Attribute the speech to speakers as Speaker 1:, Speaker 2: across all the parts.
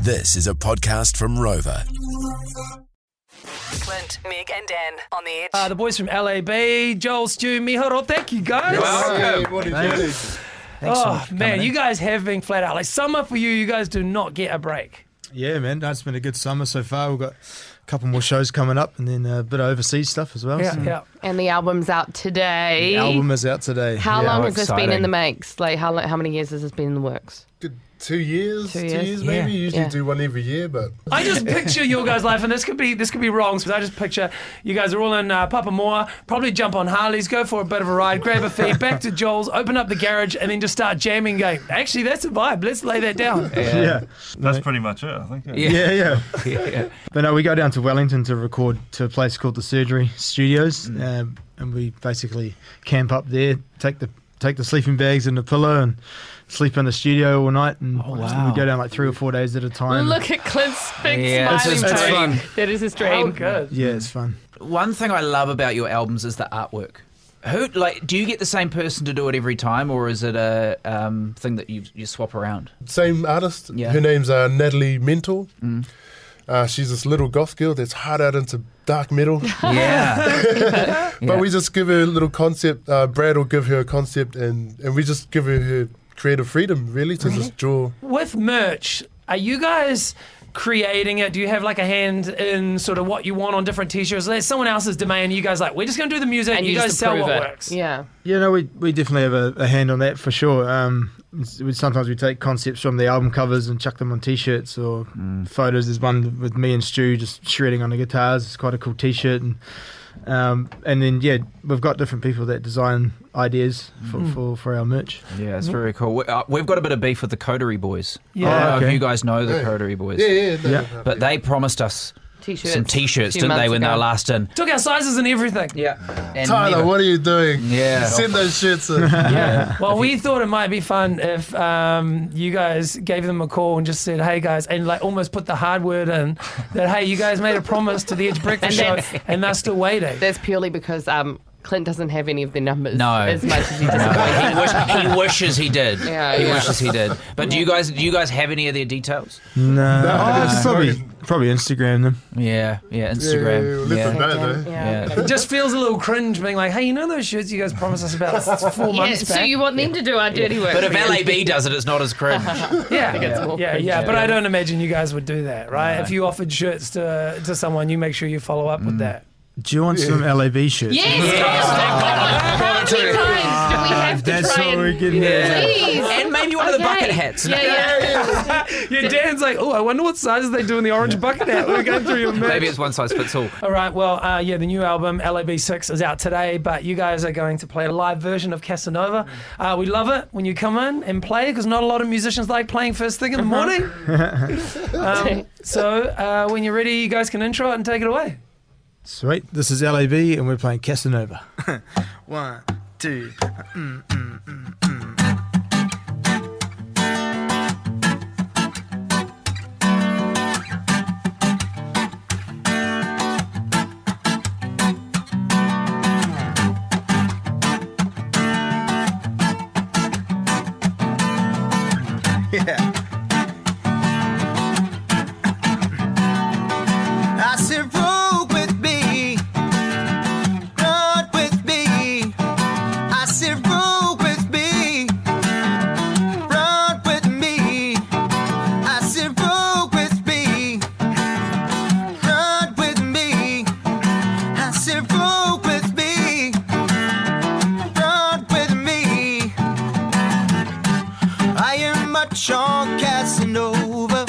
Speaker 1: This is a podcast from Rover.
Speaker 2: Clint, Meg, and Dan on the edge.
Speaker 3: Uh, the boys from LAB, Joel, Stu, Miharo, thank you guys. Oh man, you guys have been flat out. Like summer for you, you guys do not get a break.
Speaker 4: Yeah, man, no, it's been a good summer so far. We've got a couple more shows coming up, and then a bit of overseas stuff as well.
Speaker 3: Yeah,
Speaker 4: so
Speaker 3: yeah.
Speaker 5: And the album's out today.
Speaker 4: The album is out today.
Speaker 5: how
Speaker 4: Yeah.
Speaker 5: long has this been in the makes? Like how lo- how many years has this been in the works?
Speaker 6: Good two years,
Speaker 5: Two
Speaker 6: two
Speaker 5: years.
Speaker 6: years, maybe.
Speaker 3: Yeah.
Speaker 6: Usually
Speaker 5: Yeah.
Speaker 6: do one every year, but
Speaker 3: I just picture your guys' life, and this could be this could be wrong, but I just picture you guys are all in uh, Papamoa, probably jump on Harleys, go for a bit of a ride, grab a feed, back to Joel's, open up the garage, and then just start jamming. Going, actually, that's a vibe. Let's lay that down.
Speaker 4: Yeah,
Speaker 7: That's pretty much it, I think. Yeah.
Speaker 4: yeah, yeah. But no, we go down to Wellington to record to a place called the Surgery Studios, um, and we basically camp up there, take the take the sleeping bags and the pillow, and sleep in the studio all night. And we go down like three or four days at a time.
Speaker 5: Look at Clint's big
Speaker 8: Yeah, this
Speaker 5: smiling
Speaker 8: is- it's
Speaker 5: face.
Speaker 8: fun.
Speaker 5: That is his
Speaker 3: Oh,
Speaker 5: dream.
Speaker 3: good.
Speaker 4: yeah, it's fun.
Speaker 8: One thing I love about your albums is the artwork. Who like? Do you get the same person to do it every time, or is it a um, thing that you you swap around?
Speaker 6: same artist.
Speaker 8: Yeah. Mm.
Speaker 6: Her name's uh, Natalie Mental. Uh, she's this little goth girl that's hard out into dark metal.
Speaker 8: Yeah,
Speaker 6: But we just give her a little concept. Uh, Brad will give her a concept, and, and we just give her her creative freedom, really, to just draw.
Speaker 3: With merch, are you guys? Creating it, do you have like a hand in sort of what you want on different T-shirts? There's someone else's domain. You guys like, we're just gonna do the music.
Speaker 5: And you,
Speaker 3: guys
Speaker 5: just
Speaker 3: sell
Speaker 5: approve
Speaker 3: what
Speaker 5: it.
Speaker 3: works.
Speaker 5: Yeah.
Speaker 4: Yeah, no, we, we definitely have a, a hand on that for sure. Um, it's- we, sometimes we take concepts from the album covers and chuck them on t-shirts or photos. There's one with me and Stu just shredding on the guitars. It's quite a cool t-shirt, and um, and then yeah, we've got different people that design ideas for, for, for our merch.
Speaker 8: yeah, it's very cool. We, uh, we've got a bit of beef with the Coterie Boys.
Speaker 3: Yeah.
Speaker 8: I don't know if
Speaker 4: Okay.
Speaker 8: you guys know the
Speaker 6: Yeah.
Speaker 8: Coterie Boys,
Speaker 6: Yeah, yeah, no,
Speaker 4: Yeah.
Speaker 6: no,
Speaker 8: but they promised us
Speaker 5: T-shirts.
Speaker 8: some T-shirts,
Speaker 5: few
Speaker 8: didn't they,
Speaker 5: months
Speaker 8: when they
Speaker 5: ago.
Speaker 8: were last in?
Speaker 3: Took our sizes and everything.
Speaker 8: Yeah, and
Speaker 6: Tyler,
Speaker 8: never-
Speaker 6: what are you doing?
Speaker 8: Yeah.
Speaker 6: Send those shirts in.
Speaker 3: Yeah. Well, we thought it might be fun if um, you guys gave them a call and just said, "Hey guys," and like almost put the hard word in that, "Hey, you guys made a promise to the Edge Breakfast
Speaker 5: And
Speaker 3: Show, and they're still waiting."
Speaker 5: That's purely because um Clint doesn't have any of the numbers
Speaker 8: No.
Speaker 5: as much as he does.
Speaker 8: he, wish, he wishes he did.
Speaker 5: Yeah,
Speaker 8: he
Speaker 5: yeah.
Speaker 8: wishes he did. But do you guys do you guys have any of their details?
Speaker 4: No,
Speaker 6: No.
Speaker 4: it's probably probably Instagram them.
Speaker 8: Yeah, yeah,
Speaker 6: Yeah, yeah, yeah,
Speaker 8: Instagram.
Speaker 6: let them
Speaker 8: Yeah,
Speaker 6: know, though.
Speaker 5: Yeah.
Speaker 8: yeah.
Speaker 3: It just feels a little cringe being like, "Hey, you know those shirts you guys promised us about four
Speaker 5: Yeah,
Speaker 3: months
Speaker 5: so
Speaker 3: back?"
Speaker 5: you want them to do our dirty work.
Speaker 8: But if
Speaker 5: for you.
Speaker 8: LAB does it, it's not as cringe.
Speaker 3: yeah.
Speaker 5: it's
Speaker 3: Yeah.
Speaker 5: more
Speaker 3: yeah,
Speaker 5: cringe,
Speaker 3: yeah, but
Speaker 5: yeah.
Speaker 3: I don't imagine you guys would do that, right? If you offered shirts to to someone, you make sure you follow up
Speaker 5: Mm.
Speaker 3: with that.
Speaker 4: Do you want some LAB shirts?
Speaker 5: Yes, Clint, How many times do we have to
Speaker 4: That's
Speaker 5: try
Speaker 4: what
Speaker 5: and
Speaker 4: we're getting at.
Speaker 5: please?
Speaker 8: and maybe one of the
Speaker 5: Okay.
Speaker 8: bucket hats.
Speaker 5: Yeah, yeah.
Speaker 3: Yeah, Dan's like, "Oh, I wonder what sizes they do in the orange bucket hat." We're going through your merch.
Speaker 8: Maybe it's one size fits all.
Speaker 3: All right, well, uh, yeah, the new album LAB6 is out today, but you guys are going to play a live version of Casanova. Uh, we love it when you come in and play because not a lot of musicians like playing first thing in the
Speaker 5: Uh-huh.
Speaker 3: morning. um, so uh, when you're ready, you guys can intro it and take it away.
Speaker 4: Sweet. This is LAB, and we're playing Casanova. One, two. Yeah. I said, roll with me, run with me. I said, roll with me, run with me. I said, roll with me, run with me. I said, roll with me, run with me. I am much on Casanova.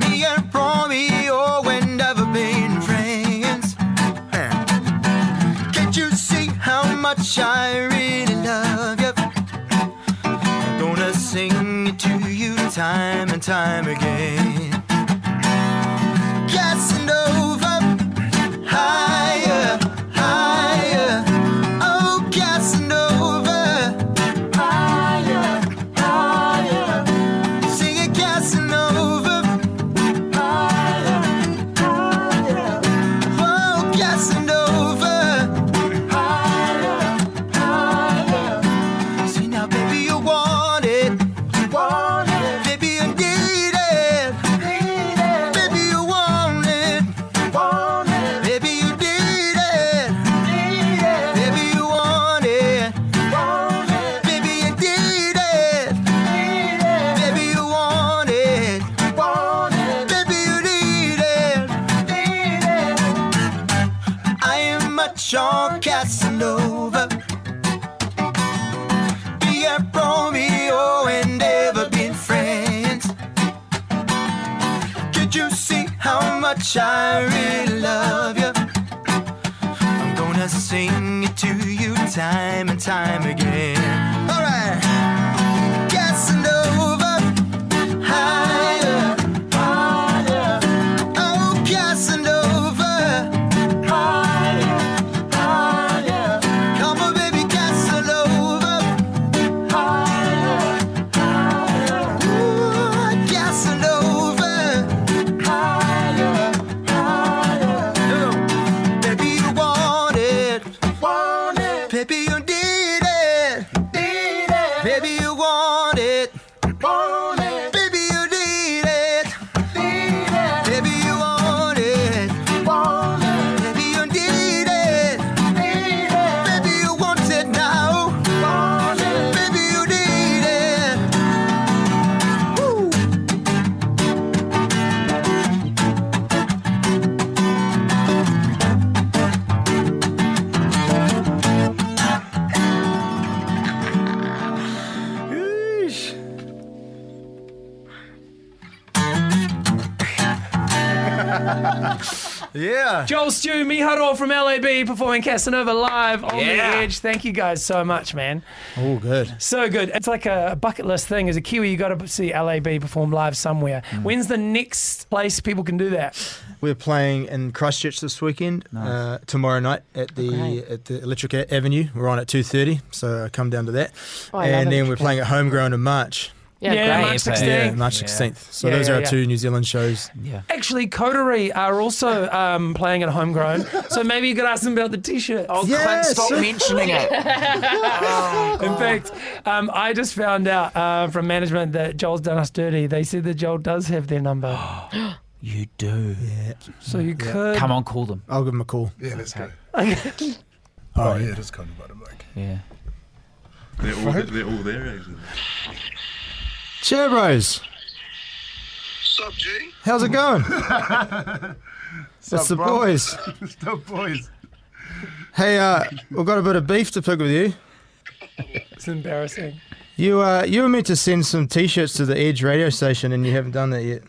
Speaker 4: Me and Romeo had never been friends. Can't you see how much I really love you? Gonna sing it to you time and time again. Casanova, higher, higher. Oh, Casanova, higher, higher. Sing it, Casanova. Oh, Casanova. See now, baby, you want it. Baby, you need
Speaker 9: much I really love you. I'm gonna sing it to you time and time again. Alright, Casanova, higher, higher. Oh, Casanova, higher, higher. Come on, baby, Casanova, higher, higher. Ooh, Casanova, higher, higher. Baby, you want it. Want it. Baby, you need it. Need it. Baby, you want it. Want it. Baby, you need it. Need it. Baby, you want it. Want it. Baby, you need it. Need it. Baby, you want it now. Want it. Baby, you need it. Woo.
Speaker 6: Yeah.
Speaker 3: Joel Stew, Miharo from LAB performing Casanova live on
Speaker 8: Yeah.
Speaker 3: the edge. Thank you guys so much, man.
Speaker 4: All good.
Speaker 3: So good. It's like a bucket list thing. As a Kiwi, you got to see LAB perform live somewhere.
Speaker 8: Mm.
Speaker 3: When's the next place people can do that?
Speaker 4: We're playing in Christchurch this weekend. Uh, tomorrow night at the at the Electric A- Avenue. We're on at two thirty, so I come down to that.
Speaker 5: Oh, I love
Speaker 4: and then we're
Speaker 5: Electric
Speaker 4: playing at Homegrown in March.
Speaker 5: Yeah,
Speaker 3: Yeah,
Speaker 5: great.
Speaker 3: March
Speaker 8: Yeah.
Speaker 3: 16th.
Speaker 4: Yeah, March
Speaker 8: Yeah.
Speaker 4: sixteenth. So
Speaker 3: Yeah,
Speaker 4: those
Speaker 3: yeah,
Speaker 4: are our
Speaker 3: yeah.
Speaker 4: two New Zealand shows.
Speaker 8: Yeah.
Speaker 3: Actually, Coterie are also um, playing at Homegrown. so maybe you could ask them about the t shirt.
Speaker 8: Oh,
Speaker 4: Yeah,
Speaker 8: Clint, stop
Speaker 4: so-
Speaker 8: mentioning it.
Speaker 3: In fact, um, I just found out uh, from management that Joel's done us dirty. They said that Joel does have their number.
Speaker 8: You do.
Speaker 3: So you could.
Speaker 8: Come on, call them.
Speaker 4: I'll give them a call.
Speaker 6: Yeah, let's go.
Speaker 4: All
Speaker 6: Oh,
Speaker 4: right.
Speaker 6: yeah, that's kind of by the mic.
Speaker 8: Yeah.
Speaker 7: They're all, they're all there, actually.
Speaker 4: Cheer bros.
Speaker 10: Sup, G?
Speaker 4: How's it going? It's the
Speaker 7: bro?
Speaker 4: boys.
Speaker 7: Still boys.
Speaker 4: Hey, uh, we've got a bit of beef to pick with you.
Speaker 3: It's embarrassing.
Speaker 4: You uh, you were meant to send some T-shirts to the Edge radio station, and you haven't done that yet.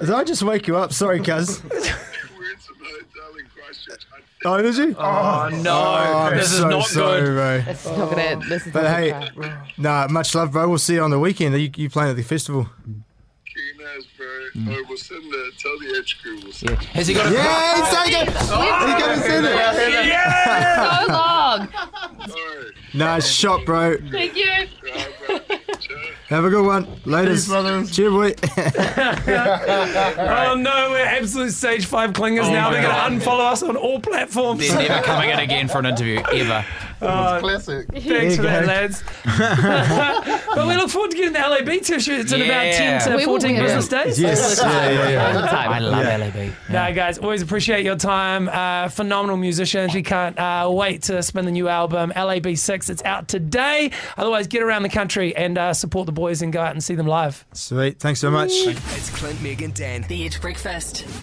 Speaker 4: Did I just wake you up? Sorry, cuz.
Speaker 10: We're in some hotel in Christchurch.
Speaker 4: Oh, did you?
Speaker 8: Oh, no. this is not good.
Speaker 4: bro.
Speaker 5: It's not gonna. This is
Speaker 4: But
Speaker 5: not
Speaker 4: hey-
Speaker 5: gonna work.
Speaker 4: Nah, much love, bro. We'll see you on the weekend. You, you playing at the festival?
Speaker 10: Keen ass, bro.
Speaker 8: Mm.
Speaker 10: Oh, we'll send the tell the edge crew. We'll send.
Speaker 8: Has he got a
Speaker 4: Yeah, he's taking it. He's gonna send it.
Speaker 5: so long.
Speaker 10: Alright,
Speaker 4: Nah, it's shot, bro.
Speaker 5: Thank you.
Speaker 10: alright, bro. Ciao.
Speaker 4: Have a good one. Later. Cheer, boy.
Speaker 3: Oh no, we're absolute stage five clingers
Speaker 8: Oh,
Speaker 3: now.
Speaker 8: my
Speaker 3: They're
Speaker 8: God.
Speaker 3: going to unfollow us on all platforms.
Speaker 8: They're never coming in again for an interview, ever.
Speaker 6: Classic.
Speaker 3: Thanks for that,
Speaker 4: There you
Speaker 3: lads. but we look forward to getting the LAB t-shirts in about
Speaker 8: Yeah.
Speaker 3: 10 to
Speaker 5: We will
Speaker 3: 14
Speaker 5: get it.
Speaker 3: business days.
Speaker 4: Yes. Yeah, yeah, yeah.
Speaker 8: I love LAB.
Speaker 3: No, guys, always appreciate your time. Uh, phenomenal musicians. We can't uh, wait to spin the new album, LAB6. It's out today. Otherwise, get around the country and uh, support the boys and go out and see them live.
Speaker 4: Sweet. Thanks so much.
Speaker 1: It's Clint, Meg, and Dan.
Speaker 2: The Edge Breakfast.